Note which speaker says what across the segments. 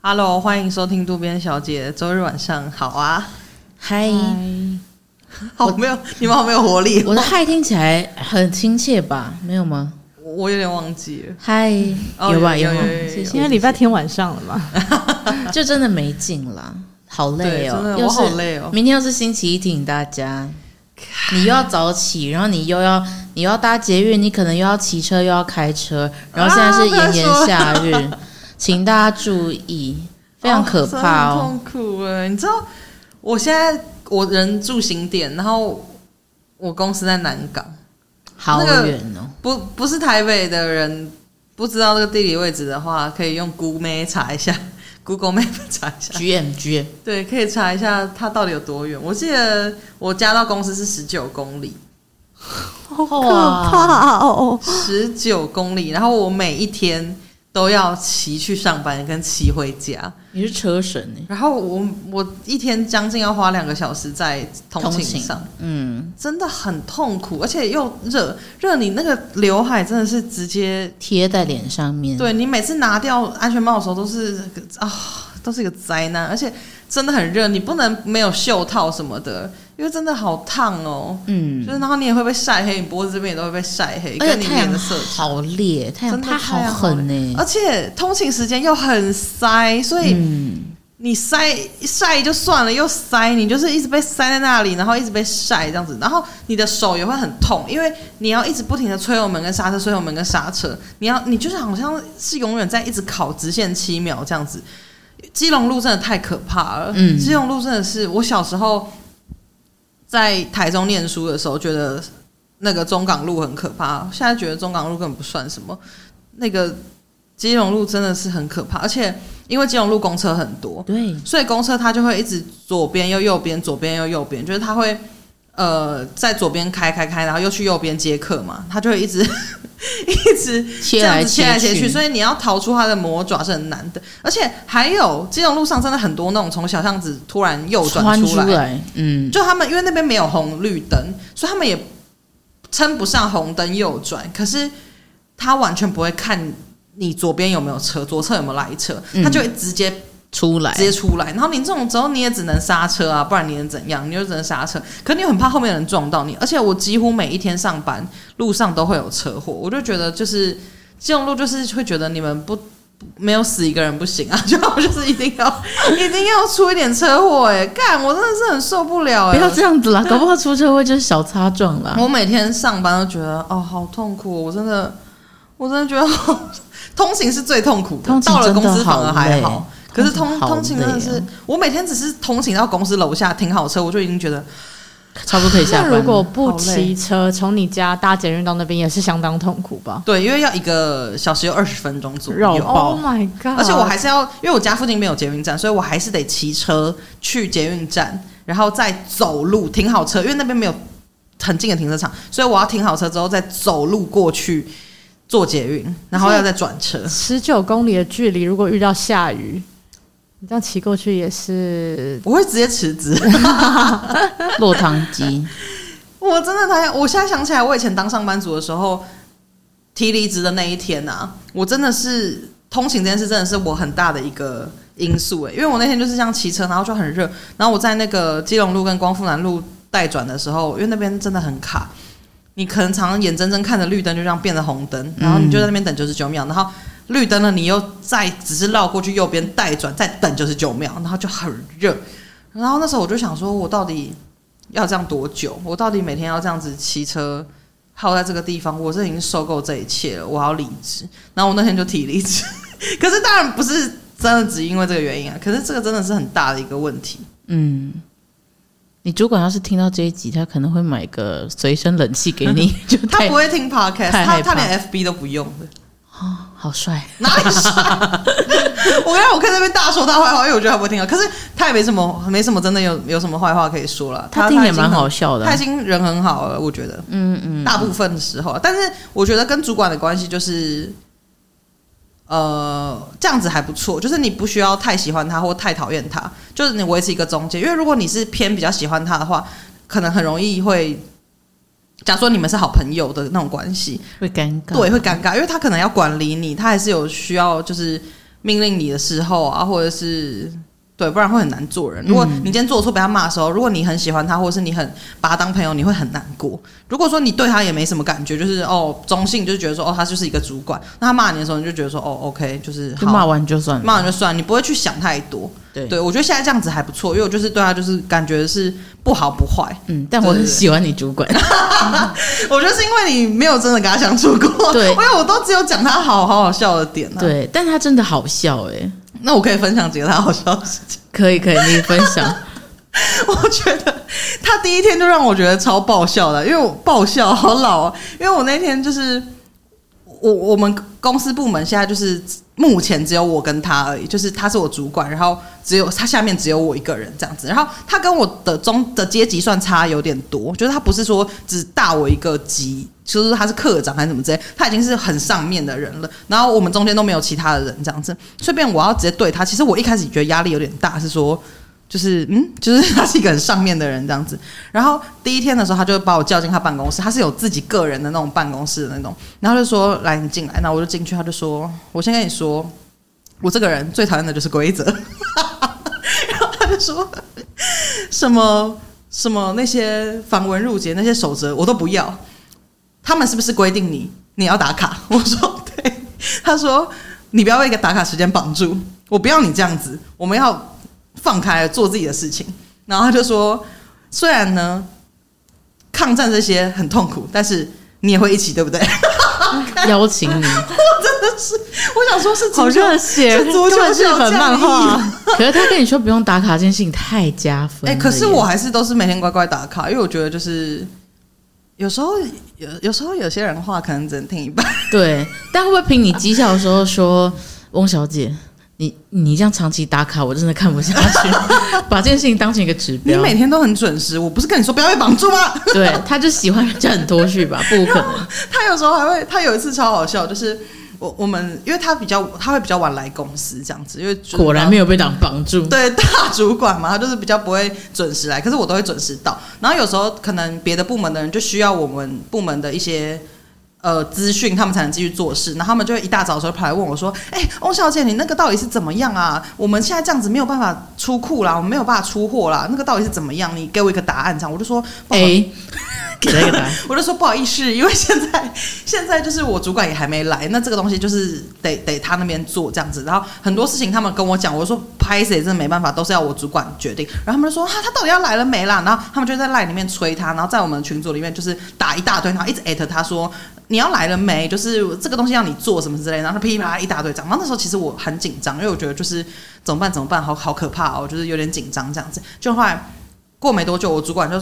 Speaker 1: Hello，欢迎收听渡边小姐。周日晚上好 啊，
Speaker 2: 嗨，
Speaker 1: 好没有，你们好没有活力，
Speaker 2: 我的嗨听起来很亲切吧？没有吗？
Speaker 1: 我我有点忘记了。
Speaker 2: 嗨，
Speaker 1: 哦
Speaker 2: 有吧
Speaker 1: 有有
Speaker 2: 吗？
Speaker 1: 有有
Speaker 2: 谢
Speaker 3: 现
Speaker 2: 谢。
Speaker 3: 在礼拜天晚上了嘛，
Speaker 2: 就真的没劲了，好累
Speaker 1: 对，真
Speaker 2: 哦，
Speaker 1: 的
Speaker 2: 又
Speaker 1: 我
Speaker 2: 是
Speaker 1: 好累哦。
Speaker 2: 明天又是星期一，提醒大家，你又要早起，然后你又要你又要搭捷运，你可能又要骑车，又要开车，然后现在是炎炎夏日，
Speaker 1: 啊
Speaker 2: 请大家注意，非常可怕
Speaker 1: 真的
Speaker 2: 哦。
Speaker 1: 很痛苦哎！你知道，我现在我人住新店，然后我公司在南港，
Speaker 2: 好
Speaker 1: 那个
Speaker 2: 远哦！
Speaker 1: 不不是台北的人不知道这个地理位置的话，可以用 Google Map 查一下，Google Map 查一下，
Speaker 2: GM GM，
Speaker 1: 对，可以查一下它到底有多远。我记得我家到公司是十九公里，
Speaker 3: 好
Speaker 2: 可怕
Speaker 3: 哦！
Speaker 1: 十九公里，然后我每一天都要骑去上班跟骑回家，
Speaker 2: 你是车神哎、
Speaker 1: 然后我我一天将近要花两个小时在通
Speaker 2: 通
Speaker 1: 勤
Speaker 2: 勤
Speaker 1: 上，
Speaker 2: 嗯，
Speaker 1: 真的很痛苦，而且又热，热你那个刘海真的是直接，
Speaker 2: 贴在脸上面，
Speaker 1: 对你每次拿掉安全帽的时候都是啊、都是一个灾难，而且真的很热，你不能没有袖套什么的，因为真的好烫哦。
Speaker 2: 嗯
Speaker 1: 就，是，然后你也会被晒黑，你脖子这边也都会被晒黑，
Speaker 2: 而
Speaker 1: 跟
Speaker 2: 且
Speaker 1: 你
Speaker 2: 太
Speaker 1: 脸
Speaker 2: 阳
Speaker 1: 的色差。
Speaker 2: 好烈，太阳
Speaker 1: 真的太
Speaker 2: 它好
Speaker 1: 阳好
Speaker 2: 狠呢、
Speaker 1: 而且通勤时间又很塞，所以
Speaker 2: 嗯，
Speaker 1: 你塞晒就算了，又塞，你就是一直被塞在那里，然后一直被晒这样子，然后你的手也会很痛，因为你要一直不停的催油门跟刹车，催油门跟刹车，你要你就是好像是永远在一直考直线七秒这样子。基隆路真的太可怕了，
Speaker 2: 嗯
Speaker 1: 基隆路真的是我小时候在台中念书的时候觉得那个中港路很可怕，现在觉得中港路根本不算什么，那个基隆路真的是很可怕，而且因为基隆路公车很多，
Speaker 2: 对，
Speaker 1: 所以公车它就会一直左边又右边，左边又右边，就是它会呃在左边开开开，然后又去右边接客嘛，它就会一直 一直这
Speaker 2: 切
Speaker 1: 样
Speaker 2: 来
Speaker 1: 子切来切去，
Speaker 2: 去，
Speaker 1: 所以你要逃出它的魔爪是很难的。而且还有基隆路上真的很多那种从小巷子突然右转
Speaker 2: 穿
Speaker 1: 出来，
Speaker 2: 来，嗯，
Speaker 1: 就他们因为那边没有红绿灯，所以他们也称不上红灯右转，可是他完全不会看。你左边有没有车，左侧有没有来车，
Speaker 2: 嗯
Speaker 1: 他就会直接
Speaker 2: 出来
Speaker 1: 直，接出来。然后你这种时候你也只能刹车啊，不然你能怎样？你就只能刹车。可你又很怕后面的人撞到你，而且我几乎每一天上班路上都会有车祸，我就觉得就是这种路就是会觉得你们不。不没有死一个人不行啊！ 就我就是一定要一定要出一点车祸哎、干我真的是很受不了哎、
Speaker 2: 不要这样子 啦，搞不好出车祸就是小擦撞啦。
Speaker 1: 我每天上班都觉得哦，好痛苦，我真的，我真的觉得好通勤是最痛苦的，
Speaker 2: 通勤
Speaker 1: 到了
Speaker 2: 真的
Speaker 1: 公司反
Speaker 2: 好
Speaker 1: 而还
Speaker 2: 累
Speaker 1: 好。可是通
Speaker 2: 通勤好
Speaker 1: 通勤真的
Speaker 2: 累
Speaker 1: 是
Speaker 2: 啊，
Speaker 1: 我每天只是通勤到公司楼下停好车，我就已经觉得
Speaker 2: 差不多可以下
Speaker 3: 那
Speaker 2: 班
Speaker 3: 如果
Speaker 2: 了。
Speaker 3: 不
Speaker 1: 好累
Speaker 3: 骑车，从你家搭捷运到那边也是相当痛苦吧？
Speaker 1: 对，因为要一个小时有二十分钟左
Speaker 3: 绕
Speaker 1: 右，
Speaker 3: 爆！Oh my god！
Speaker 1: 而且我还是要，因为我家附近没有捷运站，所以我还是得骑车去捷运站，然后再走路停好车，因为那边没有很近的停车场，所以我要停好车之后再走路过去坐捷运，然后要再转车。
Speaker 3: 十九公里的距离，如果遇到下雨，你这样骑过去也是
Speaker 1: 我会直接辞职。
Speaker 2: 落汤鸡，
Speaker 1: 我真的太……我现在想起来，我以前当上班族的时候，提离职的那一天啊，我真的是通勤这件事真的是我很大的一个因素欸诶、因为我那天就是这样骑车，然后就很热，然后我在那个基隆路跟光复南路待转的时候，因为那边真的很卡。你可能常常眼睁睁看着绿灯就这样变成红灯，然后你就在那边等九十九秒，然后绿灯了，你又再只是绕过去右边带转，再等九十九秒，然后就很热。然后那时候我就想说，我到底要这样多久？我到底每天要这样子骑车耗在这个地方？我是已经受够这一切了，我要离职。然后我那天就提离职， 可是当然不是真的只因为这个原因啊，可是这个真的是很大的一个问题。
Speaker 2: 嗯。你主管要是听到这一集，他可能会买个随身冷气给 你，就
Speaker 1: 他
Speaker 2: 太
Speaker 1: 不会听 podcast，
Speaker 2: 太
Speaker 1: 他
Speaker 2: 害
Speaker 1: 他
Speaker 2: 怕
Speaker 1: 连 FB 都不用的，
Speaker 2: 哦，好帅，
Speaker 1: 哪里是？ 我刚才我看那边大说他坏话，因为我觉得他不会听啊。可是他也没什么没什么真的有有什么坏话可以说了。
Speaker 2: 他
Speaker 1: 他
Speaker 2: 听
Speaker 1: 他
Speaker 2: 也
Speaker 1: 已经
Speaker 2: 蛮
Speaker 1: 很
Speaker 2: 好笑的啊
Speaker 1: 他已。经人很好了，我觉得。
Speaker 2: 嗯嗯，
Speaker 1: 大部分的时候啊，但是我觉得跟主管的关系就是，呃，这样子还不错，就是你不需要太喜欢他或太讨厌他，就是你维持一个中间。因为如果你是偏比较喜欢他的话，可能很容易会，假如说你们是好朋友的那种关系，
Speaker 2: 会尴尬。
Speaker 1: 对，会尴尬，因为他可能要管理你，他还是有需要就是。命令你的时候啊，或者是对，不然会很难做人。如果你今天做错被他骂的时候，如果你很喜欢他，或者是你很把他当朋友，你会很难过。如果说你对他也没什么感觉，就是哦中性，就是觉得说哦他就是一个主管，那他骂你的时候，你就觉得说哦 OK，就是
Speaker 2: 就
Speaker 1: 好
Speaker 2: 骂完就算了。
Speaker 1: 骂完就算，你不会去想太多。
Speaker 2: 对
Speaker 1: 对，我觉得现在这样子还不错，因为我就是对他就是感觉是不好不坏。
Speaker 2: 嗯，但我
Speaker 1: 对
Speaker 2: 很
Speaker 1: 对对
Speaker 2: 喜欢你主管。
Speaker 1: 我觉得是因为你没有真的跟他相处过，
Speaker 2: 对
Speaker 1: 因为我都只有讲他好好好笑的点、啊。，
Speaker 2: 对，但他真的好笑哎、
Speaker 1: 那我可以分享几个他好笑的事情。
Speaker 2: 可以可以，你分 享。
Speaker 1: 我觉得他第一天就让我觉得超爆笑的，因为我爆笑好老、啊，因为我那天就是我我们公司部门现在就是目前只有我跟他而已，就是他是我主管，然后只有他下面只有我一个人这样子，然后他跟我的中的阶级算差有点多，就是他不是说只大我一个级。就是他是科长还是怎么之类，他已经是很上面的人了。然后我们中间都没有其他的人这样子，顺便我要直接对他。其实我一开始觉得压力有点大，是说就是嗯，就是 他是一个很上面的人这样子。然后第一天的时候，他就把我叫进他办公室，他是有自己个人的那种办公室的那种。然后他就说：“来，你进来。”那我就进去，他就说：“我先跟你说，我这个人最讨厌的就是规则。” 然后他就说：“什么什么那些繁文缛节那些守则我都不要，他们是不是规定你你要打卡？”我说：“对。”他说：“你不要被一个打卡时间绑住，我不要你这样子，我们要放开做自己的事情。然后他就说，虽然呢，抗战这些很痛苦，但是你也会一起，对不对？
Speaker 2: 邀请你，
Speaker 1: 我想说是足
Speaker 3: 好
Speaker 1: 球，
Speaker 3: 热血，
Speaker 1: 是足球
Speaker 3: 根本日
Speaker 1: 小
Speaker 3: 本
Speaker 1: 将
Speaker 3: 漫画。
Speaker 2: 可是他跟你说不用打卡这件事情太加分
Speaker 1: 哎、
Speaker 2: 了耶。
Speaker 1: 可是我还是都是每天乖乖打卡，因为我觉得就是有时候有有时候有些人话可能只能听一半，
Speaker 2: 对，但会不会凭你讥笑的时候说，翁小姐，你你这样长期打卡，我真的看不下 去，把这件事情当成一个指
Speaker 1: 你
Speaker 2: 标。
Speaker 1: 每天都很准时，我不是跟你说不要被绑住吗？
Speaker 2: 对，他就喜欢人家很脱 序吧？不可能，
Speaker 1: 他有时候还会，他有一次超好笑，就是我我们因为他比较他会比较晚来公司这样子，因为就是
Speaker 2: 果然
Speaker 1: 他
Speaker 2: 没有被挡绑住。
Speaker 1: 对大主管嘛，他就是比较不会准时来，可是我都会准时到。然后有时候可能别的部门的人就需要我们部门的一些呃资讯，他们才能继续做事。然后他们就会一大早的时候跑来问我说：“哎、翁小姐，你那个到底是怎么样啊？我们现在这样子没有办法出库啦，我们没有办法出货啦，那个到底是怎么样？你给我一个答案。”这样我就说：“不好意思
Speaker 2: A，给他一个答案。
Speaker 1: 我就说不好意思，因为现在现在就是我主管也还没来，那这个东西就是得得他那边做这样子。然后很多事情他们跟我讲，我就说拍谁真的没办法，都是要我主管决定。然后他们就说啊，他到底要来了没啦？然后他们就在赖里面催他，然后在我们群组里面就是打一大堆，然后一直艾特他说你要来了没？就是这个东西要你做什么之类的，然后噼里啪啦一大堆讲。然后那时候其实我很紧张，因为我觉得就是怎么办怎么办，好好可怕哦，就是有点紧张这样子。就后来过没多久，我主管就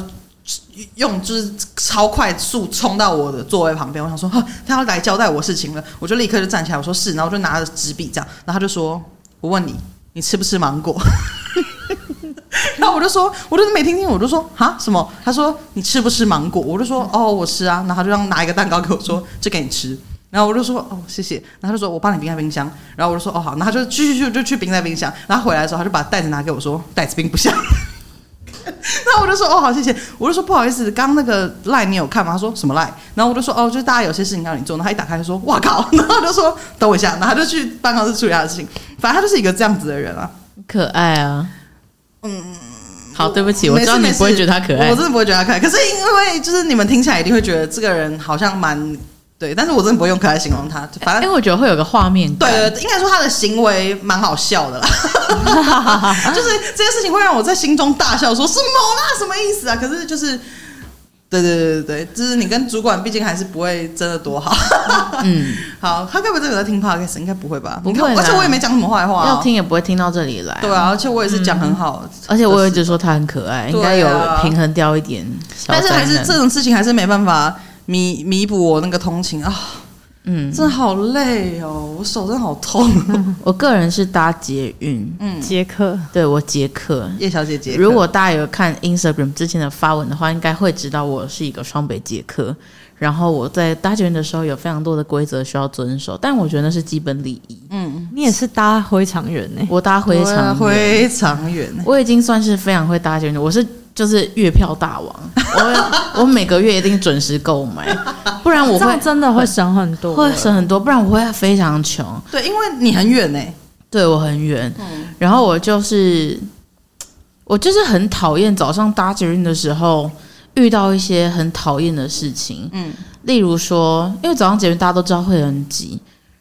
Speaker 1: 用就是超快速冲到我的座位旁边，我想说啊他要来交代我事情了，我就立刻就站起来，我说是，然后我就拿着纸笔这样，然后他就说，我问你，你吃不吃芒果？ 然后我就说，我就是没听清，我就说啊什么？他说你吃不吃芒果？我就说哦我吃啊，然后他就让拿一个蛋糕给我说，这给你吃。然后我就说哦谢谢，然后他就说我帮你冰在冰箱，然后我就说哦好，然后他就去去去就去冰在冰箱，然后回来的时候他就把袋子拿给我说袋子冰不下，然后我就说哦好谢谢，我就说不好意思，刚刚那个赖你有看吗？他说什么赖？然后我就说哦，就是大家有些事情让你做，然后他一打开就说哇靠， 然后我就说等我一下，然后他就去办公室处理他的事情，反正他就是一个这样子的人啊。
Speaker 2: 可爱啊。嗯，好，对不起，我
Speaker 1: 没
Speaker 2: 知
Speaker 1: 事
Speaker 2: 道你
Speaker 1: 没事
Speaker 2: 不会觉得他可爱
Speaker 1: 我。真的不会觉得他可爱。可是因为就是你们听起来一定会觉得这个人好像蛮对，但是我真的不会用可爱形容他，反
Speaker 2: 因为
Speaker 1: 正。
Speaker 2: 我觉得会有个画面感，
Speaker 1: 对，应该说他的行为蛮好笑 的啦，就是这些事情会让我在心中大笑，说什么啦，什么意思啊？可是就是，对对对对对，就是你跟主管毕竟还是不会真的多好。
Speaker 2: 嗯，
Speaker 1: 好，他该不会真的有在听 podcast？应该不会吧？
Speaker 2: 不会
Speaker 1: 你看
Speaker 2: 啦
Speaker 1: 而且我也没讲什么坏话、哦
Speaker 2: 要。听也嗯不会听到这里来。
Speaker 1: 对啊，而且我也是讲很好，
Speaker 2: 而且我也一直说他很可爱，
Speaker 1: 对啊
Speaker 2: 应该有平衡掉一点小灾
Speaker 1: 但是
Speaker 2: 难。
Speaker 1: 还是这种事情还是没办法弥弥补我那个通勤啊，
Speaker 2: 嗯，
Speaker 1: 真的好累哦，我手真的好痛。
Speaker 2: 我个人是搭捷运，
Speaker 1: 嗯，
Speaker 3: 杰克，
Speaker 2: 对我捷克。
Speaker 1: 叶小姐姐，
Speaker 2: 如果大家有看 Instagram 之前的发文的话，应该会知道我是一个双北捷克。然后我在搭捷运的时候有非常多的规则需要遵守，但我觉得那是基本礼仪。
Speaker 1: 嗯，
Speaker 3: 你也是搭回肠人呢、
Speaker 2: 我搭回
Speaker 1: 对啊
Speaker 2: 常远
Speaker 1: 非常远，
Speaker 2: 我已经算是非常会搭捷运，我是就是月票大王，我我每个月一定准时购买，不然我
Speaker 3: 这
Speaker 2: 会
Speaker 3: 样真的会省很多，
Speaker 2: 会省很多，不然我会非常穷。
Speaker 1: 对，因为你很远呢，
Speaker 2: 对我很远。然后我就是我就是很讨厌早上搭捷运的时候遇到一些很讨厌的事情，
Speaker 1: 嗯，
Speaker 2: 例如说，因为早上捷运大家都知道会很挤。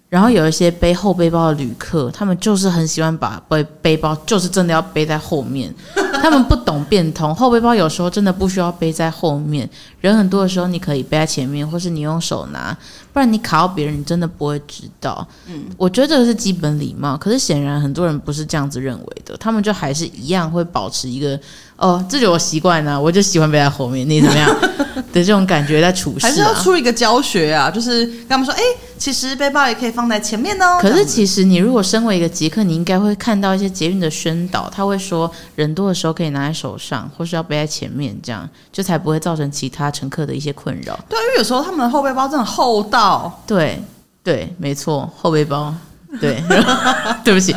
Speaker 2: 然后有一些背后背包的旅客，他们就是很喜欢把背背包，就是真的要背在后面。 他们不懂变通，后背包有时候真的不需要背在后面。人很多的时候，你可以背在前面，或是你用手拿，不然你卡到别人，你真的不会知道。嗯，我觉得这个是基本礼貌，可是显然很多人不是这样子认为的，他们就还是一样会保持一个哦，这就我习惯了，我就喜欢背在后面，你怎么样 的这种感觉在处事、啊。
Speaker 1: 还是要出一个教学啊，就是跟他们说，哎、其实背包也可以放在前面哦。
Speaker 2: 可
Speaker 1: 这
Speaker 2: 是
Speaker 1: 样子
Speaker 2: 其实你如果身为一个捷克，你应该会看到一些捷运的宣导，他会说人多的时候可以拿在手上，或是要背在前面，这样就才不会造成其他乘客的一些困扰。
Speaker 1: 对啊，因为有时候他们的后背包真的厚到，
Speaker 2: 对对，没错，后背包。对， 对不起，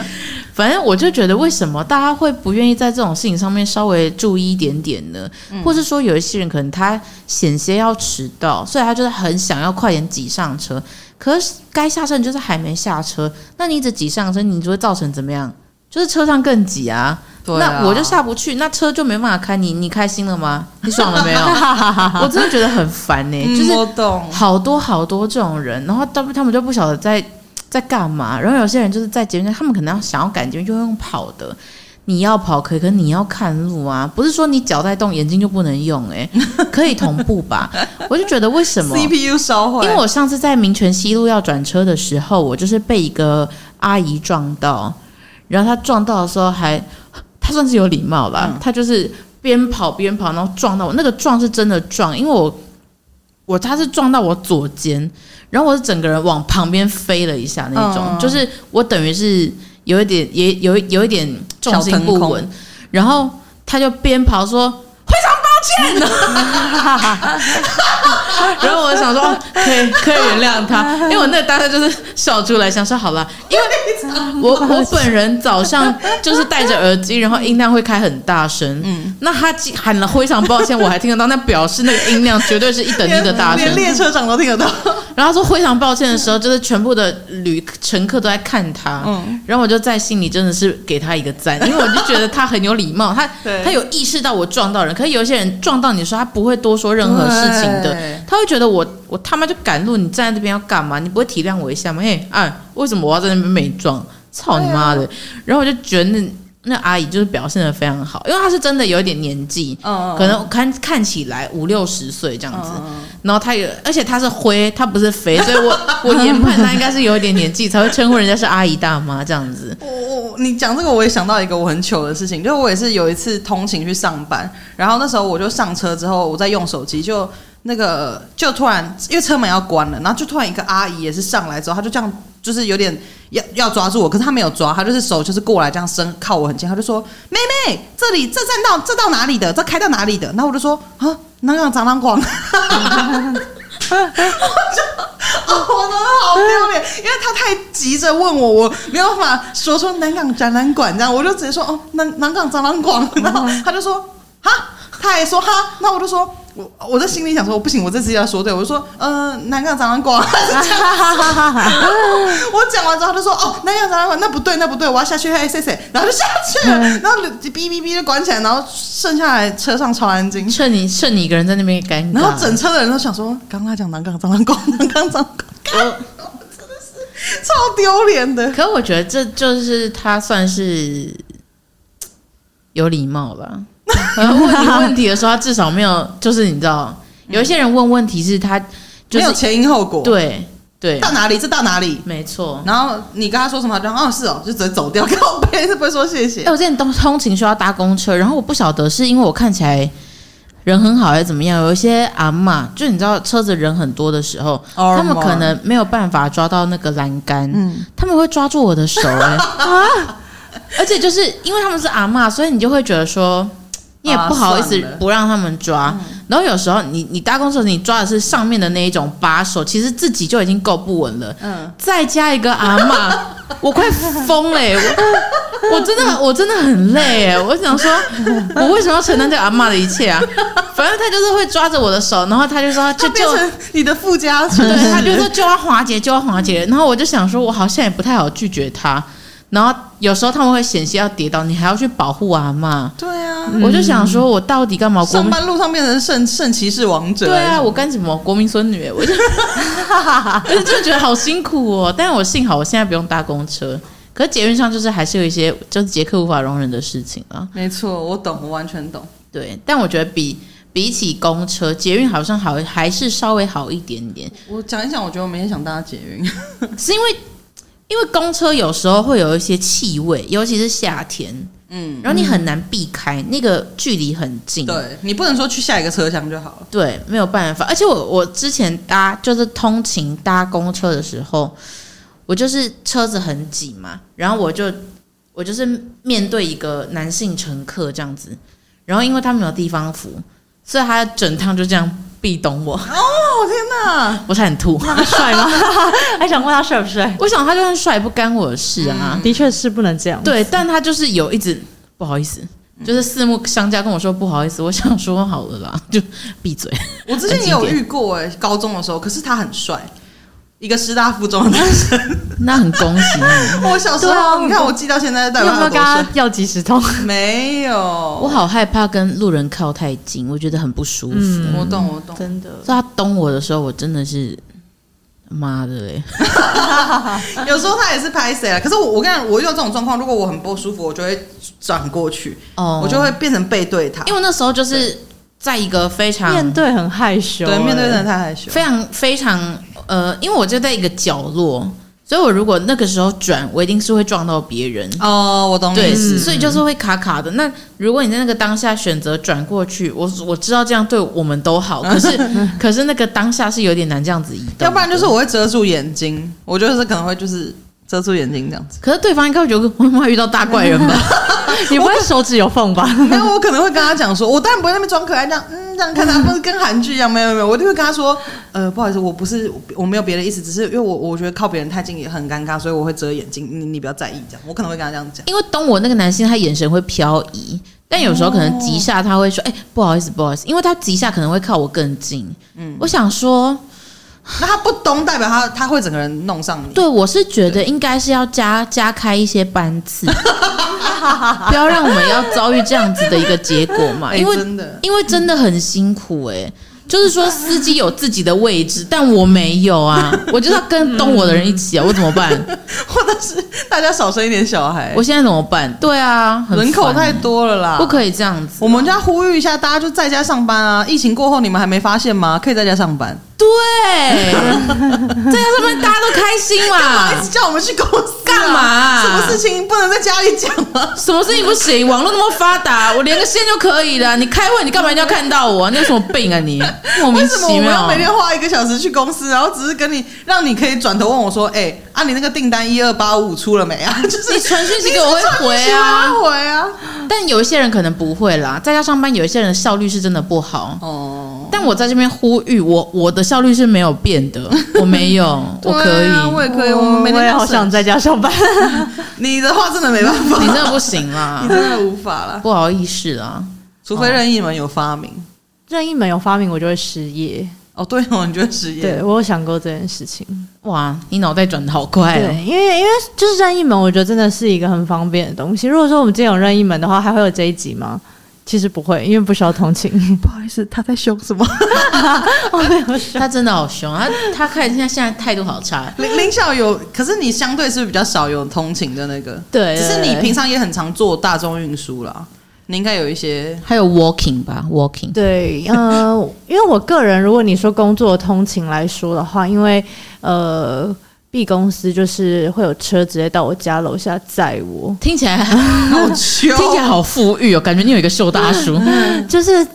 Speaker 2: 反正我就觉得为什么大家会不愿意在这种事情上面稍微注意一点点呢？
Speaker 1: 嗯
Speaker 2: 或是说有一些人可能他险些要迟到，所以他就是很想要快点挤上车，可是该下车你就是还没下车，那你一直挤上车，你就会造成怎么样？就是车上更挤啊，
Speaker 1: 对啊
Speaker 2: 那我就下不去，那车就没办法开。你你开心了吗？你爽了 没有？我真的觉得很烦呢、
Speaker 1: 嗯
Speaker 2: 就是
Speaker 1: 我懂，
Speaker 2: 好多好多这种人，然后他们他们就不晓得在在干嘛。然后有些人就是在捷运站，他们可能要想要赶捷运，就用跑的。你要跑可以，可是你要看路啊，不是说你脚在动，眼睛就不能用、欸，可以同步吧？我就觉得为什么
Speaker 1: CPU 烧坏，
Speaker 2: 因为我上次在民权西路要转车的时候，我就是被一个阿姨撞到，然后她撞到的时候还，她算是有礼貌啦，
Speaker 1: 嗯
Speaker 2: 她就是边跑边跑，然后撞到我，那个撞是真的撞，因为我我她是撞到我左肩，然后我是整个人往旁边飞了一下那种，
Speaker 1: 嗯
Speaker 2: 就是我等于是有一点也有有一点重心不
Speaker 1: 小腾
Speaker 2: 稳，然后她就边跑说。然后我想说，哦可以可以原谅他，因为我那个当时就是笑出来，想说好了，因 为我我本人早上就是戴着耳机，然后音量会开很大声，嗯，那他既喊了非常抱歉，我还听得到，那表示那个音量绝对是一等一的大声
Speaker 1: 连，列车长都听得到，
Speaker 2: 然后他说非常抱歉的时候，就是全部的旅乘客都在看他，
Speaker 1: 嗯
Speaker 2: 然后我就在心里真的是给他一个赞，因为我就觉得他很有礼貌，他
Speaker 1: 对
Speaker 2: 他有意识到我撞到人，可是有一些人撞到你的时候，他不会多说任何事情的
Speaker 1: 对，
Speaker 2: 他会觉得我我他妈就赶路，你站在这边要干嘛？你不会体谅我一下吗？嘿，哎，为什么我要在那边被你撞？操你妈的！
Speaker 1: 啊
Speaker 2: 然后我就觉得那那阿姨就是表现的非常好，因为她是真的有一点年纪，
Speaker 1: 嗯，
Speaker 2: 可能看看起来五六十岁这样子，
Speaker 1: 嗯
Speaker 2: 然后他有，而且他是灰，他不 是肥，所以我我研判他应该是有一点年纪才会称呼人家是阿姨大妈这样子。
Speaker 1: 我我你讲这个，我也想到一个我很糗的事情，就是我也是有一次通勤去上班，然后那时候我就上车之后，我在用手机，就那个就突然因为车门要关了，然后就突然一个阿姨也是上来之后，她就这样就是有点要要抓住我，可是她没有抓，她就是手就是过来这样伸靠我很近，她就说：“妹妹，这里这站到这到哪里的？这开到哪里的？”然后我就说：“啊，那个长廊广。”我都哦好丢脸，因为他太急着问我，我没有办法说出南港展览馆这样，我就直接说哦，南南港展览馆，然后他就说哈，他还说哈，那我就说。我我在心里想说，我不行，我这次要说对，我就说，呃，南港展览馆， 我讲完之后，他就说，哦，南港展览馆，那不对，那不对，我要下去，嘿，谁谁，然后就下去了，
Speaker 2: 嗯
Speaker 1: 然后哔哔哔就关起来，然后剩下来车上超安静，
Speaker 2: 趁你趁你一个人在那边尴尬，
Speaker 1: 然后整车的人都想说，刚刚他讲南港展览馆，南港展览馆。
Speaker 2: 我
Speaker 1: 超丢脸的。
Speaker 2: 可我觉得这就是他算是有礼貌了。然后问你问题的时候，他至少没有，就是你知道，有一些人问问题是他
Speaker 1: 没
Speaker 2: 就
Speaker 1: 有
Speaker 2: 是
Speaker 1: 前因后果。，
Speaker 2: 对对，
Speaker 1: 到哪里这到哪里。
Speaker 2: 没错。
Speaker 1: 然后你跟他说什么，他就哦是哦，就直接走掉，靠背是不会说谢
Speaker 2: 哎、
Speaker 1: 谢。
Speaker 2: 我之前通通勤需要搭公车，然后我不晓得是因为我看起来人很好还是怎么样，有一些阿嬷，就你知道车子人很多的时候，他们可能没有办法抓到那个栏杆，
Speaker 1: 哦嗯
Speaker 2: 他们会抓住我的手、哎 啊！而且就是因为他们是阿嬷，所以你就会觉得说。你也
Speaker 1: 啊
Speaker 2: 不好意思
Speaker 1: 算了嗯
Speaker 2: 不让他们抓，然后有时候你你搭公车的时候你抓的是上面的那一种把手，其实自己就已经够不稳了，
Speaker 1: 嗯，
Speaker 2: 再加一个阿嬷， 我快疯了、欸！我 我真的我真的很累哎、我想说，我为什么要承担这个阿嬷的一切啊？反正他就是会抓着我的手，然后他就说就嗯
Speaker 1: 他变
Speaker 2: 就。
Speaker 1: 成你的附加值。
Speaker 2: 对，他就说就要华姐，就要华姐，然后我就想说，我好像也不太好拒绝他，然后有时候他们会险些要跌倒，你还要去保护阿妈。
Speaker 1: 对啊，
Speaker 2: 我就想说，我到底干嘛？国
Speaker 1: 上
Speaker 2: 民
Speaker 1: 班路上变成圣圣骑士王者。
Speaker 2: 对啊，我干什么？国民孙女欸，我就我就觉得好辛苦哦。但我幸好我现在不用搭公车，可是捷运上就是还是有一些就是捷克无法容忍的事情啊。
Speaker 1: 没错，我懂，我完全懂。
Speaker 2: 对，但我觉得比比起公车，捷运好像好还是稍微好一点点，
Speaker 1: 我讲一讲，我觉得我每天想搭捷运，
Speaker 2: 是因为因为公车有时候会有一些气味，尤其是夏天，
Speaker 1: 嗯，
Speaker 2: 然后你很难避开，那个距离很 近。
Speaker 1: 对你不能说去下一个车厢就好 了。
Speaker 2: 对，没有办法。而且我我之前搭就是通勤搭公车的时候，我就是车子很挤嘛，然后我就我就是面对一个男性乘客这样子，然后因为他没有地方扶，所以他整趟就这样壁咚 我，
Speaker 1: 哦天哪，
Speaker 2: 我差点吐。
Speaker 3: 他帅吗？还想问他帅不帅？
Speaker 2: 我想他就算帅也不干我的事啊，
Speaker 3: 的确是不能这样。
Speaker 2: 对，但他就是有一直不好意思。就是四目相加跟我说不好意思，我想说好了啦，就闭嘴。
Speaker 1: 我之前也有遇过哎、高中的时候，可是他很帅，一个师大附中的 男生。
Speaker 2: 那很恭喜你，
Speaker 1: 我小时候，
Speaker 3: 对啊
Speaker 1: 你看我记到现在，代
Speaker 3: 你
Speaker 1: 表
Speaker 3: 有
Speaker 1: 他
Speaker 3: 没
Speaker 1: 有
Speaker 3: 有跟
Speaker 1: 多
Speaker 3: 他
Speaker 1: 帅？
Speaker 3: 要即时通？
Speaker 1: 没有，
Speaker 2: 我好害怕跟路人靠太近，我觉得很不舒服。
Speaker 3: 嗯
Speaker 1: 我懂，我懂。
Speaker 3: 真的，
Speaker 2: 所以他咚我的时候，我真的是妈的欸嘞！
Speaker 1: 有时候他也是拍谁啊？可是我我跟你讲，我遇到这种状况，如果我很不舒服，我就会转过去，
Speaker 2: 哦
Speaker 1: 我就会变成背对他，
Speaker 2: 因为那时候就是在一个非常
Speaker 3: 面对很害羞，
Speaker 1: 啊
Speaker 3: 欸
Speaker 1: 对，面对真的太害羞。
Speaker 2: 非常非常呃，因为我就在一个角落，所以我如果那个时候转，我一定是会撞到别人。
Speaker 1: 哦，我懂你
Speaker 2: 对，
Speaker 1: 意思。
Speaker 2: 所以就是会卡卡的。那如果你在那个当下选择转过去，我我知道这样对我们都好，可是可是那个当下是有点难这样子移动的，
Speaker 1: 要不然就是我会遮住眼睛，我就是可能会就是遮住眼睛这样子。
Speaker 2: 可是对方应该会觉得 我他妈遇到大怪人吧？
Speaker 3: 你不会手指有缝吧？
Speaker 1: 没有，我可能会跟他讲说，我当然不会在那边装可爱，这样嗯这样 看他，不是跟韩剧一样，没有没有，我就会跟他说，呃，不好意思，我不是我没有别的意思，只是因为我我觉得靠别人太近也很尴尬，所以我会遮眼睛，你你不要在意这样，我可能会跟他这样讲。
Speaker 2: 因为懂我那个男性，他眼神会飘移，但有时候可能急刹他会说：“
Speaker 1: 哦
Speaker 2: 哎、不好意思，不好意思。”因为他急刹可能会靠我更近。嗯，我想说，
Speaker 1: 那他不懂，代表他他会整个人弄上你。
Speaker 2: 对我是觉得应该是要加加开一些 班次，不要让我们要遭遇这样子的一个结果嘛，
Speaker 1: 哎
Speaker 2: 啊因为
Speaker 1: 真的
Speaker 2: 因为真的很辛苦哎、就是说，司机有自己的位置，但我没 有啊，我就是要跟懂我的人一起啊，我怎么办？
Speaker 1: 或者是大家少生一点小孩
Speaker 2: 我，现在怎么办？对啊，很
Speaker 1: 人口
Speaker 2: 烦
Speaker 1: 太多了啦，
Speaker 2: 不可以啊这样子。
Speaker 1: 我们就要呼吁一下，大家就在家上班啊！疫情过后，你们还没发现吗？可以在家上班，
Speaker 2: 对，在家上班大家都开心
Speaker 1: 一直
Speaker 2: 嘛，
Speaker 1: 叫我们去公司啊
Speaker 2: 干嘛啊
Speaker 1: 什么事情不能在家里讲啊吗？
Speaker 2: 什么事情不行？网络那么发达，我连个线就可以了。你开会你干嘛一定要看到我？你有什么病啊你？莫
Speaker 1: 为
Speaker 2: 名
Speaker 1: 什么
Speaker 2: 其
Speaker 1: 我们要
Speaker 2: 妙啊
Speaker 1: 每。天花一个小时去公司，然后只是跟你让你可以转头问我说：“哎、啊，你那个订单一二八五出了没啊？” 就是
Speaker 2: 你传讯息给我会回啊
Speaker 1: 你是传讯息我会回啊。
Speaker 2: 但有一些人可能不会啦，在家上班有一些人的效率是真的不好。
Speaker 1: 哦，
Speaker 2: 但我在这边呼吁，我我的效率是没有变 的，我没有，我 可
Speaker 1: 对啊我
Speaker 2: 以。
Speaker 1: 也可以。我们每
Speaker 3: 我
Speaker 1: 天
Speaker 3: 也
Speaker 1: 都
Speaker 3: 好
Speaker 1: 省
Speaker 3: 想在家上 班。
Speaker 1: 你的话，真的没办法，
Speaker 2: 你真的不行啦
Speaker 1: 你， 真的无法了，
Speaker 2: 不好意思啊。
Speaker 1: 除非任意门有发明。
Speaker 3: 任意门有发明，我就会失业。
Speaker 1: 哦，对哦，你觉得实验？
Speaker 3: 对我有想过这件事情。
Speaker 2: 哇，你脑袋转的好
Speaker 1: 哎
Speaker 2: 快哦。
Speaker 3: 对，因为因为就是任意门，我觉得真的是一个很方便的东西。如果说我们今天有任意门的话，还会有这一集吗？其实不会，因为不需要 通勤。
Speaker 1: 不好意思，他在凶什么？
Speaker 3: 我没有想，
Speaker 2: 他真的好凶，他他看现在现在态度好差。
Speaker 1: 林林校有，可是你相对是不是比较少有通勤的那个？
Speaker 3: 对，
Speaker 1: 只是你
Speaker 3: 对
Speaker 1: 平常也很常坐大众运输啦，你应该有一 些
Speaker 2: 还有 walking 吧，walking。
Speaker 3: 对，呃，因为我个人，如果你说工作通勤来说的话，因为呃，B 公司就是会有车直接到我家楼下载我，
Speaker 2: 听起来
Speaker 1: 好穷
Speaker 2: 听起来好富裕哦，感觉你有一个秀大叔。
Speaker 3: 就是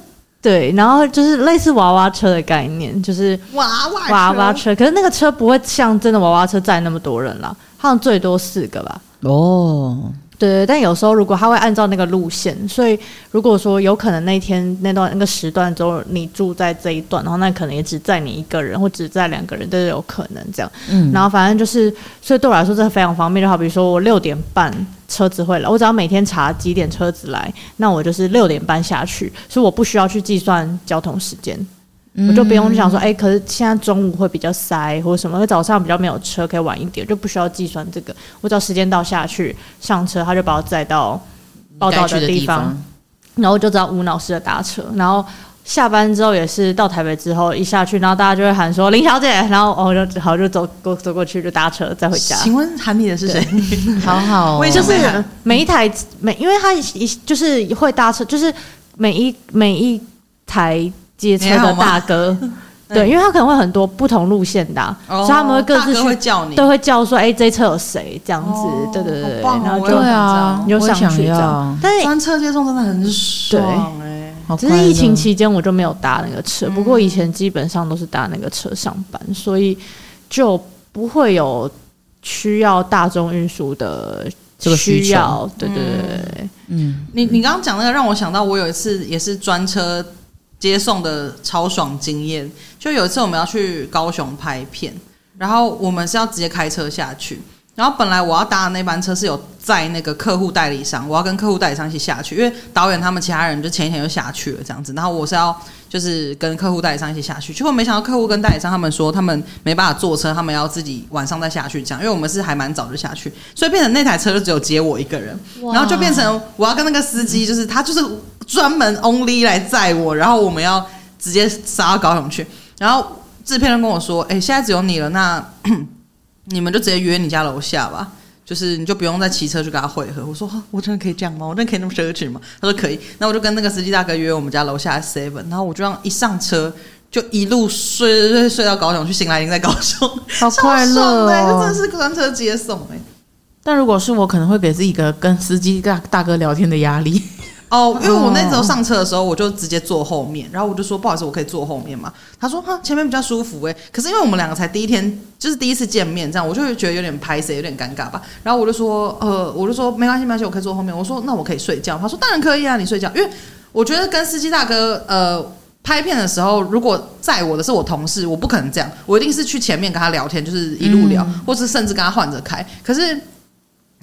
Speaker 3: 对，然后就是类似娃娃车的概念，就是
Speaker 1: 娃娃
Speaker 3: 娃娃车，可是那个车不会像真的娃娃车载那么多人啦，好像最多四个吧。
Speaker 2: 哦，
Speaker 3: 对对，但有时候如果他会按照那个路线，所以如果说有可能那天那段那个时段之后你住在这一段，然后那可能也只载你一个人或只载两个人，都是有可能这样。
Speaker 2: 嗯，
Speaker 3: 然后反正就是，所以对我来说这非常方便。就好比说我六点半车子会来，我只要每天查几点车子来，那我就是六点半下去，所以我不需要去计算交通时间。
Speaker 2: 嗯
Speaker 3: 我就不用想说，哎、可是现在中午会比较塞，或者什么，因为早上比较没有车，可以晚一点，就不需要计算这个。我只要时间到下去上车，他就把我载到报
Speaker 2: 该
Speaker 3: 道
Speaker 2: 去的
Speaker 3: 地
Speaker 2: 方，
Speaker 3: 然后我就只要无脑式的搭车，然后下班之后也是到台北之后一下去，然后大家就会喊说林小姐，然后哦我就好就走过走过去就搭车再回家。
Speaker 1: 请问喊你的是谁？
Speaker 2: 好好、哦，
Speaker 1: 我也
Speaker 3: 就
Speaker 1: 想
Speaker 3: 是
Speaker 1: 没喊
Speaker 3: 每一台每，因为他一就是会搭车，就是每一每一台接车
Speaker 1: 你还好
Speaker 3: 的
Speaker 1: 吗
Speaker 3: 大哥，啊对，因为他可能会很多不同路线的啊、所以他们会各自
Speaker 1: 哦大哥会
Speaker 3: 去
Speaker 1: 叫你，
Speaker 3: 都会叫说，哎、这一车有谁这样子，
Speaker 1: 哦
Speaker 3: 对对对，对
Speaker 1: 好棒哦
Speaker 3: 然后
Speaker 1: 我也
Speaker 2: 对
Speaker 3: 就
Speaker 2: 啊，
Speaker 3: 有
Speaker 2: 我也
Speaker 3: 想
Speaker 2: 想
Speaker 3: 去这
Speaker 2: 要
Speaker 3: 样，，但是
Speaker 1: 专车接送真的很爽哎、
Speaker 2: 好
Speaker 3: 只
Speaker 2: 快
Speaker 3: 是
Speaker 2: 乐
Speaker 3: 疫情期间我就没有搭那个车，不过以前基本上都是搭那个车上班，所以就不会有需要大众运输的
Speaker 2: 这个需求
Speaker 3: 需要。对对对对，
Speaker 2: 嗯，
Speaker 1: 你你刚刚讲那个让我想到，我有一次也是专车接送的超爽经验。就有一次我们要去高雄拍片，然后我们是要直接开车下去。然后本来我要搭的那班车是有载那个客户代理商，我要跟客户代理商一起下去，因为导演他们其他人就前一天就下去了这样子。然后我是要就是跟客户代理商一起下去，结果没想到客户跟代理商他们说他们没办法坐车，他们要自己晚上再下去这样，因为我们是还蛮早就下去，所以变成那台车就只有接我一个人。
Speaker 2: 哇
Speaker 1: 然后就变成我要跟那个司机，就是他就是专门 only 来载我，然后我们要直接杀到高雄去。然后制片人跟我说：“哎、现在只有你了，那 你们就直接约你家楼下吧。”就是你就不用再骑车去跟他会合。我说哈我真的可以这样吗？我真的可以那么奢侈吗？他说可以。那我就跟那个司机大哥约我们家楼下 seven，然后我就让一上车就一路睡睡睡到高雄去，醒来已经在高雄，
Speaker 2: 好快
Speaker 1: 超
Speaker 2: 乐
Speaker 1: 爽的哎这真的
Speaker 2: 哦。
Speaker 1: 是专车接送哎、
Speaker 2: 但如果是我，可能会给自己一个跟司机大大哥聊天的压力。
Speaker 1: 哦，因为我那时候上车的时候，我就直接坐后面，然后我就说不好意思，我可以坐后面嘛。他说哈，前面比较舒服哎、可是因为我们两个才第一天，就是第一次见面，这样我就会觉得有点拍谁，有点尴尬吧。然后我就说呃，我就说没关系，没关系，我可以坐后面。我说那我可以睡觉。他说当然可以啊，你睡觉。因为我觉得跟司机大哥呃拍片的时候，如果载我的是我同事，我不可能这样，我一定是去前面跟他聊天，就是一路聊，或是甚至跟他换着开。可是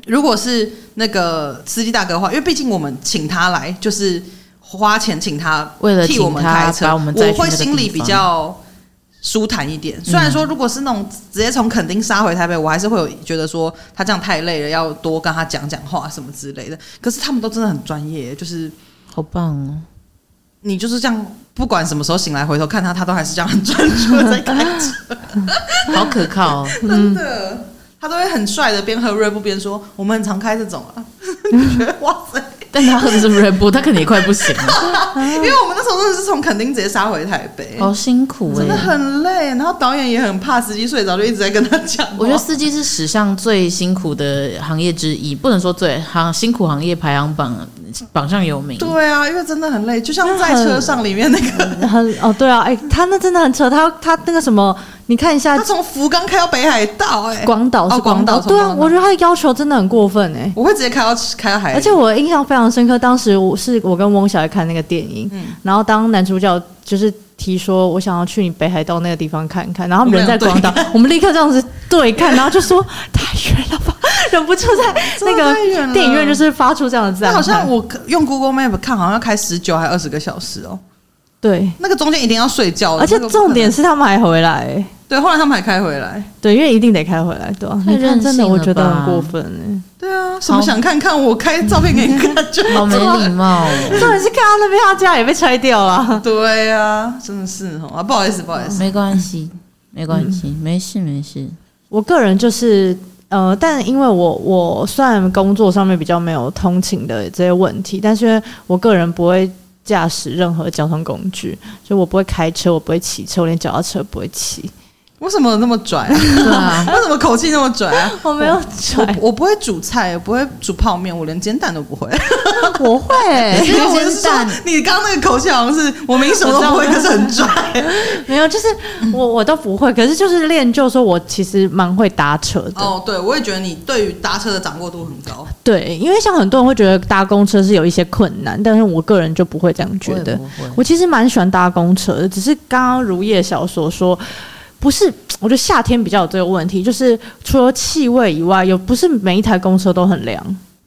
Speaker 1: 如果是那个司机大哥的话，因为毕竟我们请他来，就是花钱请他
Speaker 2: 为了
Speaker 1: 替
Speaker 2: 请
Speaker 1: 我们
Speaker 2: 他
Speaker 1: 开车，
Speaker 2: 把我们载去
Speaker 1: 会
Speaker 2: 那个
Speaker 1: 心里
Speaker 2: 地
Speaker 1: 比
Speaker 2: 方
Speaker 1: 较舒坦一点。虽然说，如果是那种直接从垦丁杀回台北，我还是会有觉得说他这样太累了，要多跟他讲讲话什么之类的。可是他们都真的很专业，就是
Speaker 2: 好棒哦！
Speaker 1: 你就是这样，不管什么时候醒来回头看他，他都还是这样很专注地在开车，
Speaker 2: 好可靠、哦，
Speaker 1: 真的。 他都会很帅的边喝瑞布边说：“我们很常开这种啊。” 就觉得哇塞，
Speaker 2: 但他喝的是 Red Bull，他可能也快不行了，
Speaker 1: 因为我们那时候真的是从垦丁直接杀回台北，
Speaker 3: 哦
Speaker 2: 好辛苦哎、
Speaker 1: 真的很累。然后导演也很怕司机睡着，就一直在跟他讲话。
Speaker 2: 我觉得司机是史上最辛苦的行业之一，不能说最行辛苦行业排行榜榜上有名。
Speaker 1: 对啊，因为真的很累，就像在车上里面那个，
Speaker 3: 很哦对啊，哎、他那真的很扯，他他那个什么，你看一下
Speaker 1: 他从福冈开到北海道、哎，
Speaker 3: 广岛
Speaker 1: 哦
Speaker 3: 是
Speaker 1: 广
Speaker 3: 广
Speaker 1: 岛
Speaker 3: 岛，对
Speaker 1: 从
Speaker 3: 啊，
Speaker 1: 广岛哎
Speaker 3: 我觉得他的要求真的很过分哎、
Speaker 1: 我会直接开到开到海里，
Speaker 3: 而且我印象非常深刻，当时我是我跟翁小爱看那个电影，
Speaker 1: 嗯
Speaker 3: 然后当男主角就是提说我想要去你北海道那个地方看看，然后
Speaker 1: 我们
Speaker 3: 人在
Speaker 1: 俩对
Speaker 3: 广岛，我们立刻这样子 对看，然后就说太远了吧， 忍不住在
Speaker 1: 真
Speaker 3: 那
Speaker 1: 的太远了
Speaker 3: 个电影院就是发出这样的赞
Speaker 1: 那
Speaker 3: 叹。
Speaker 1: 好像我用 Google Map 看，好像要开十九还二十个小时哦。
Speaker 3: 对，
Speaker 1: 那个中间一定要睡觉的，
Speaker 3: 而且
Speaker 1: 哦那个不可能
Speaker 3: 重点是他们还回来、欸
Speaker 1: 对，后来他们还开回来。
Speaker 3: 对，因为一定得开回来，对吧、啊
Speaker 2: 太
Speaker 3: 你看，
Speaker 2: 任性
Speaker 3: 真
Speaker 2: 了
Speaker 3: 的我觉得
Speaker 2: 吧
Speaker 3: 很过分哎、
Speaker 1: 对啊，什么想看看，我开照片给你看就
Speaker 2: 好没
Speaker 1: 好
Speaker 2: 礼貌、哦，
Speaker 3: 欸。重点是看到那边他家也被拆掉了，
Speaker 1: 对啊，真的是哦，啊，不好意思，不好意思，
Speaker 2: 没关系，没关系，没事没事。
Speaker 3: 我个人就是呃，但因为我我虽然工作上面比较没有通勤的这些问题，但是因为我个人不会驾驶任何交通工具，所以我不会开车，我不会骑车，我连脚踏车不会骑，
Speaker 1: 为什么那么拽、啊？
Speaker 2: 对啊，
Speaker 1: 为什么口气那么拽 啊？
Speaker 3: 我没有
Speaker 1: 我
Speaker 3: 拽，
Speaker 1: 我不会煮菜，我不会煮泡面，我连煎蛋都不 会。
Speaker 3: 我会、
Speaker 2: 你
Speaker 1: 因为我
Speaker 2: 是
Speaker 1: 是说
Speaker 2: 煎蛋，，
Speaker 1: 你刚刚那个口气好像是我明明什么都不会，
Speaker 3: 我
Speaker 1: 可
Speaker 3: 知
Speaker 1: 是
Speaker 3: 道
Speaker 1: 很拽。
Speaker 3: 没有，就是我我都不会，可是就是练就说我其实蛮会搭车的，
Speaker 1: 哦，对，我也觉得你对于搭车的掌握度很高。
Speaker 3: 对，因为像很多人会觉得搭公车是有一些困难，但是我个人就不会这样觉得
Speaker 2: 我。也不会
Speaker 3: 我其实蛮喜欢搭公车的，只是刚刚如叶小所说，不是，我觉得夏天比较有这个问题，就是除了气味以外，有不是每一台公车都很凉。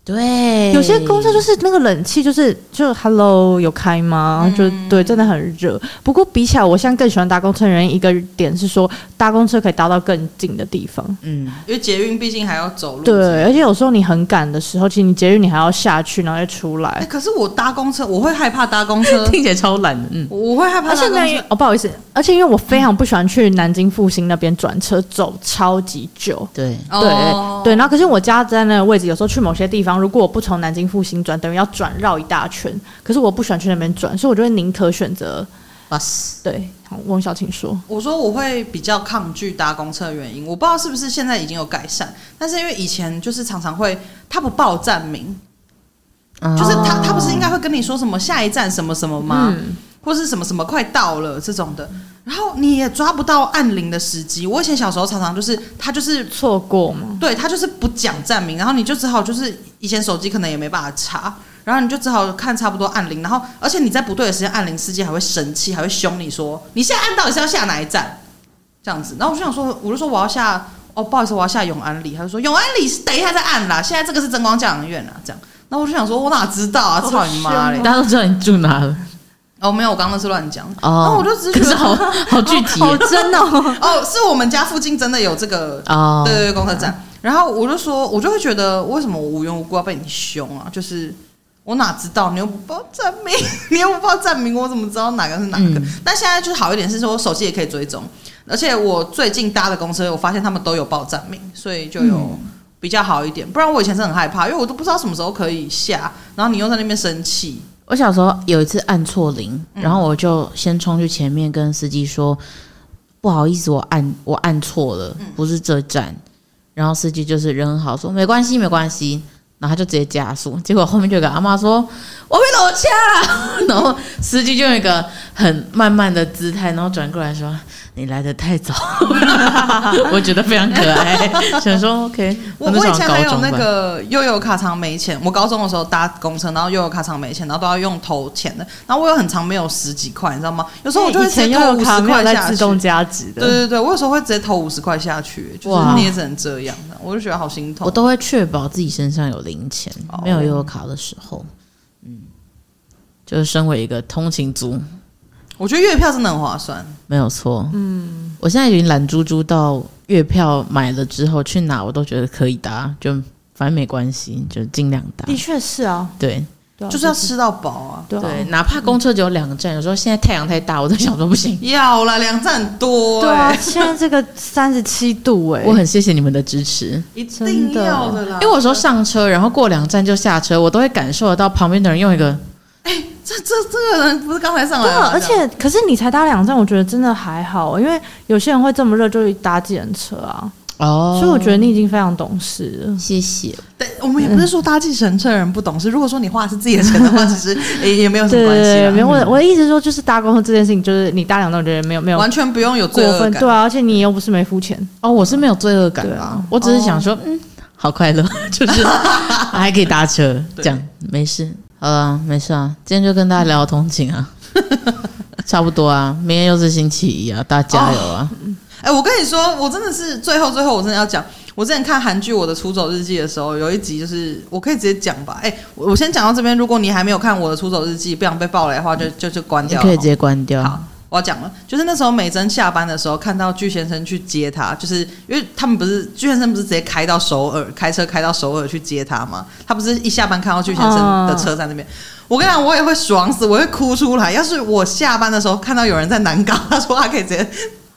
Speaker 2: 对，
Speaker 3: 有些公车就是那个冷气，就是就 Hello 有开吗？
Speaker 2: 嗯
Speaker 3: 就对，真的很热。不过比起来，我现在更喜欢搭公车的原因一个点是说，搭公车可以搭到更近的地方。
Speaker 2: 嗯，，
Speaker 1: 因为捷运毕竟还要走路。
Speaker 3: 对，而且有时候你很赶的时候，其实你捷运你还要下去，然后再出
Speaker 1: 哎、
Speaker 3: 来。
Speaker 1: 可是我搭公车，我会害怕搭公车
Speaker 2: 听起来超懒的，嗯，
Speaker 1: 我会害怕
Speaker 3: 而且
Speaker 1: 搭公
Speaker 3: 呢
Speaker 1: 车。，
Speaker 3: 哦，不好意思，而且因为我非常不喜欢去南京复兴那边转车，走超级久。
Speaker 2: 对，
Speaker 1: 哦
Speaker 3: 对对，然后可是我家在那个位置，有时候去某些地方，如果我不从南京复兴转，等于要转绕一大圈。可是我不喜欢去那边转，所以我就会宁可选择
Speaker 2: bus
Speaker 3: 对。好，翁小晴说，
Speaker 1: 我说我会比较抗拒搭公车的原因，我不知道是不是现在已经有改善，但是因为以前就是常常会，他不报站名，就是
Speaker 2: 哦
Speaker 1: 他他不是应该会跟你说什么下一站什么什么吗？
Speaker 3: 嗯，
Speaker 1: 或是什么什么快到了这种的，然后你也抓不到按铃的时机。我以前小时候常常就是他就是
Speaker 3: 错 过吗？
Speaker 1: 对他就是不讲站名，然后你就只好就是以前手机可能也没办法查，然后你就只好看差不多按铃，然后而且你在不对的时间按铃，司机还会生气，还会凶你说你现在按到底是要下哪一站这样子。然后我就想说，我就说我要下哦，不好意思，我要下永安里，他就说永安里是等一下再按啦，现在这个是争光教养院啦，这样。那我就想说，我哪知道啊，操你妈嘞！
Speaker 2: 大家都知道你住哪了
Speaker 1: 哦，没有，我刚刚那是乱讲。那我
Speaker 2: 哦，
Speaker 1: 就只是
Speaker 2: 可
Speaker 1: 觉
Speaker 2: 是
Speaker 1: 得
Speaker 2: 好好具体
Speaker 3: 好真哦，
Speaker 1: 哦，是我们家附近真的有这个，
Speaker 2: 哦
Speaker 1: 对，对对，公车站。然后我就说，我就会觉得，为什么我无缘无故要被你凶啊？就是我哪知道，你又不报站名， 你又不报站名，我怎么知道哪个是哪个？
Speaker 2: 嗯
Speaker 1: 但现在就是好一点，是说手机也可以追踪，而且我最近搭的公车，我发现他们都有报站名，所以就有。
Speaker 2: 嗯
Speaker 1: 比较好一点，不然我以前是很害怕，因为我都不知道什么时候可以下，然后你又在那边生气，
Speaker 2: 我小时候有一次按错铃，
Speaker 1: 嗯
Speaker 2: 然后我就先冲去前面跟司机说：“不好意思，我按我按错了，
Speaker 1: 嗯
Speaker 2: 不是这站。”然后司机就是人很好，说：“没关系，没关系。”然后他就直接加速，结果后面就有个阿妈说：“我被楼下了。” 然后司机就用一个很慢慢的姿态，然后转过来说：“你来的太早。” 我觉得非常可爱，想说 OK
Speaker 1: 我
Speaker 2: 那
Speaker 1: 我
Speaker 2: 时
Speaker 1: 以
Speaker 2: 候好
Speaker 1: 前
Speaker 2: 像
Speaker 1: 还
Speaker 2: 高
Speaker 1: 有
Speaker 2: 中
Speaker 1: 那
Speaker 2: 吧
Speaker 1: 个悠游卡常没钱，我高中的时候搭公车，然后悠游卡常没钱，然后都要用投钱的，然后我有很长没有十几块，你知道吗？有时候我就会
Speaker 3: 哎以
Speaker 1: 直接
Speaker 3: 前
Speaker 1: 投
Speaker 3: 又有
Speaker 1: 五十
Speaker 3: 卡没有
Speaker 1: 块
Speaker 3: 在
Speaker 1: 下
Speaker 3: 自
Speaker 1: 去。
Speaker 3: 动加值
Speaker 1: 对
Speaker 3: 的，
Speaker 1: 对对，我有时候会直接投五十块下去，就是
Speaker 2: 哇
Speaker 1: 你也只能这样，我就觉得好心
Speaker 2: 我
Speaker 1: 痛。
Speaker 2: 都会确保自己身上有零钱，
Speaker 1: 哦
Speaker 2: 没有悠游卡的时候，嗯，就是身为一个通勤族，
Speaker 1: 我觉得月票真的很划算，
Speaker 2: 没有错，嗯，我现在已经懒猪猪到月票买了之后去哪我都觉得可以搭，就反正没关系，就尽量搭
Speaker 3: 的，确是啊，
Speaker 2: 对
Speaker 3: 对啊
Speaker 1: 就是要吃到饱啊！
Speaker 3: 对啊
Speaker 2: 对，哪怕公车只有两个站，有时候现在太阳太大，我都想说不行。
Speaker 1: 要啦，两站很多、
Speaker 3: 对啊，
Speaker 1: 欸，
Speaker 3: 现在这个三十七度哎，
Speaker 2: 我很谢谢你们的支持，
Speaker 1: 一定要的啦。
Speaker 2: 因为我有时候上车，然后过两站就下车，我都会感受得到旁边的人用一个
Speaker 1: 这这这个人不是刚才上来
Speaker 3: 对
Speaker 1: 吗
Speaker 3: 啊，而且可是你才搭两站，我觉得真的还好，因为有些人会这么热就搭计程车啊，
Speaker 2: 哦，
Speaker 3: 所以我觉得你已经非常懂事了。
Speaker 2: 谢谢，
Speaker 1: 对，我们也不是说搭计程车的人不懂事，如果说你花的是自己的钱的 话，其实也也没有什么
Speaker 3: 对
Speaker 1: 关
Speaker 3: 对
Speaker 1: 系
Speaker 3: 对，
Speaker 1: 啦嗯
Speaker 3: 没。有我的我的意思是说，就是搭公车这件事情，就是你搭两站，我觉得没有没有
Speaker 1: 完全不用有罪
Speaker 3: 过
Speaker 1: 恶
Speaker 3: 分，
Speaker 1: 感
Speaker 3: 对。啊，而且你又不是没付钱，
Speaker 2: 哦，我是没有罪恶感
Speaker 3: 对
Speaker 2: 啦
Speaker 3: 啊，
Speaker 2: 我只是想
Speaker 1: 哦
Speaker 2: 说，嗯，好快乐， 就是还可以搭车，
Speaker 1: 对
Speaker 2: 这样没事，好了，没事啊，今天就跟大家聊通 勤啊，差不多啊，明天又是星期一啊，大家加油啊，
Speaker 1: 哎、我跟你说，我真的是最后最后，我真的要讲，我之前看韩剧《我的出走日记》的时候，有一集就是我可以直接讲吧。哎、我我先讲到这边，如果你还没有看《我的出走日记》，不想被爆雷的话，就就就关
Speaker 2: 你
Speaker 1: 掉。
Speaker 2: 可以直接关
Speaker 1: 好
Speaker 2: 掉，，
Speaker 1: 我要讲了，就是那时候美珍下班的时候，看到具先生去接她，就是因为他们不是具先生不是直接开到首尔，开车开到首尔去接她吗？他不是一下班看到具先生的车在那边，我跟你讲，我也会爽死，我会哭出来。要是我下班的时候看到有人在南港， 他说他可以直接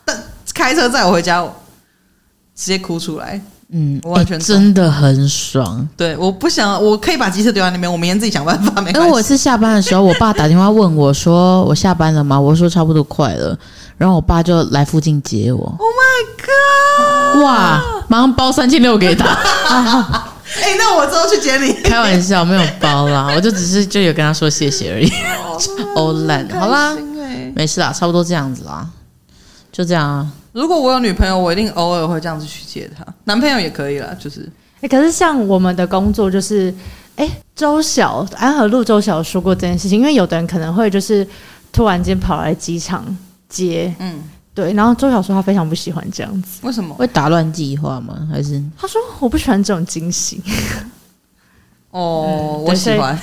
Speaker 1: 但开车载我回家，我直接哭出来。
Speaker 2: 嗯，
Speaker 1: 我完全
Speaker 2: 欸真的很爽。
Speaker 1: 对，我不想，我可以把机车丢在那边，我明天自己想办法，没
Speaker 2: 因
Speaker 1: 关
Speaker 2: 为
Speaker 1: 系。
Speaker 2: 哎我是下班的时候，我爸打电话问我说：“我下班了吗？”我说：“差不多快了。”然后我爸就来附近接我。
Speaker 1: Oh my god！
Speaker 2: 哇，马上包三千六给他。
Speaker 1: 哎、那我之后去接你。
Speaker 2: 开玩笑，没有包啦，我就只是就有跟他说谢谢而已。 欧烂，好啦
Speaker 1: 哦开，心欸
Speaker 2: 没事啦，差不多这样子啦，就这样啊。
Speaker 1: 如果我有女朋友，我一定偶尔会这样子去接她，男朋友也可以啦，就是
Speaker 3: 欸，可是像我们的工作就是，哎、周晓安和路周晓说过这件事情，因为有的人可能会就是突然间跑来机场接，
Speaker 1: 嗯，
Speaker 3: 对，然后周晓说他非常不喜欢这样子，
Speaker 1: 为什么？
Speaker 2: 会打乱计划吗？还是
Speaker 3: 他说我不喜欢这种惊喜，
Speaker 1: 哦，我
Speaker 3: 嗯对
Speaker 1: 喜
Speaker 3: 所以
Speaker 1: 欢。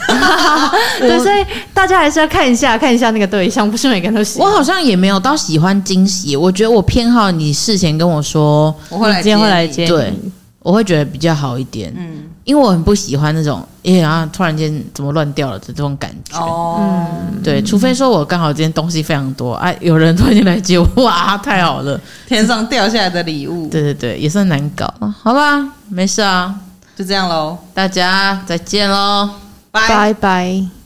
Speaker 3: 对，所以大家还是要看一下看一下那个对象，不是每个人都喜
Speaker 2: 我
Speaker 3: 欢。
Speaker 2: 好像也没有到喜欢惊喜，我觉得我偏好你事前跟我说，
Speaker 1: 我会来
Speaker 3: 你今天会来
Speaker 1: 你
Speaker 3: 接你，
Speaker 2: 对我会觉得比较好一点。
Speaker 1: 嗯，
Speaker 2: 因为我很不喜欢那种，哎、然后突然间怎么乱掉了的这种感觉。
Speaker 3: 嗯
Speaker 1: 哦，
Speaker 2: 对，除非说我刚好今天东西非常多，哎、有人突然间来接我，哇，太好了。
Speaker 1: 天上掉下来的礼物，
Speaker 2: 对对对，也算难搞，啊好吧，没事啊，
Speaker 1: 就这样喽，
Speaker 2: 大家再见喽。
Speaker 1: 拜。
Speaker 3: 拜拜。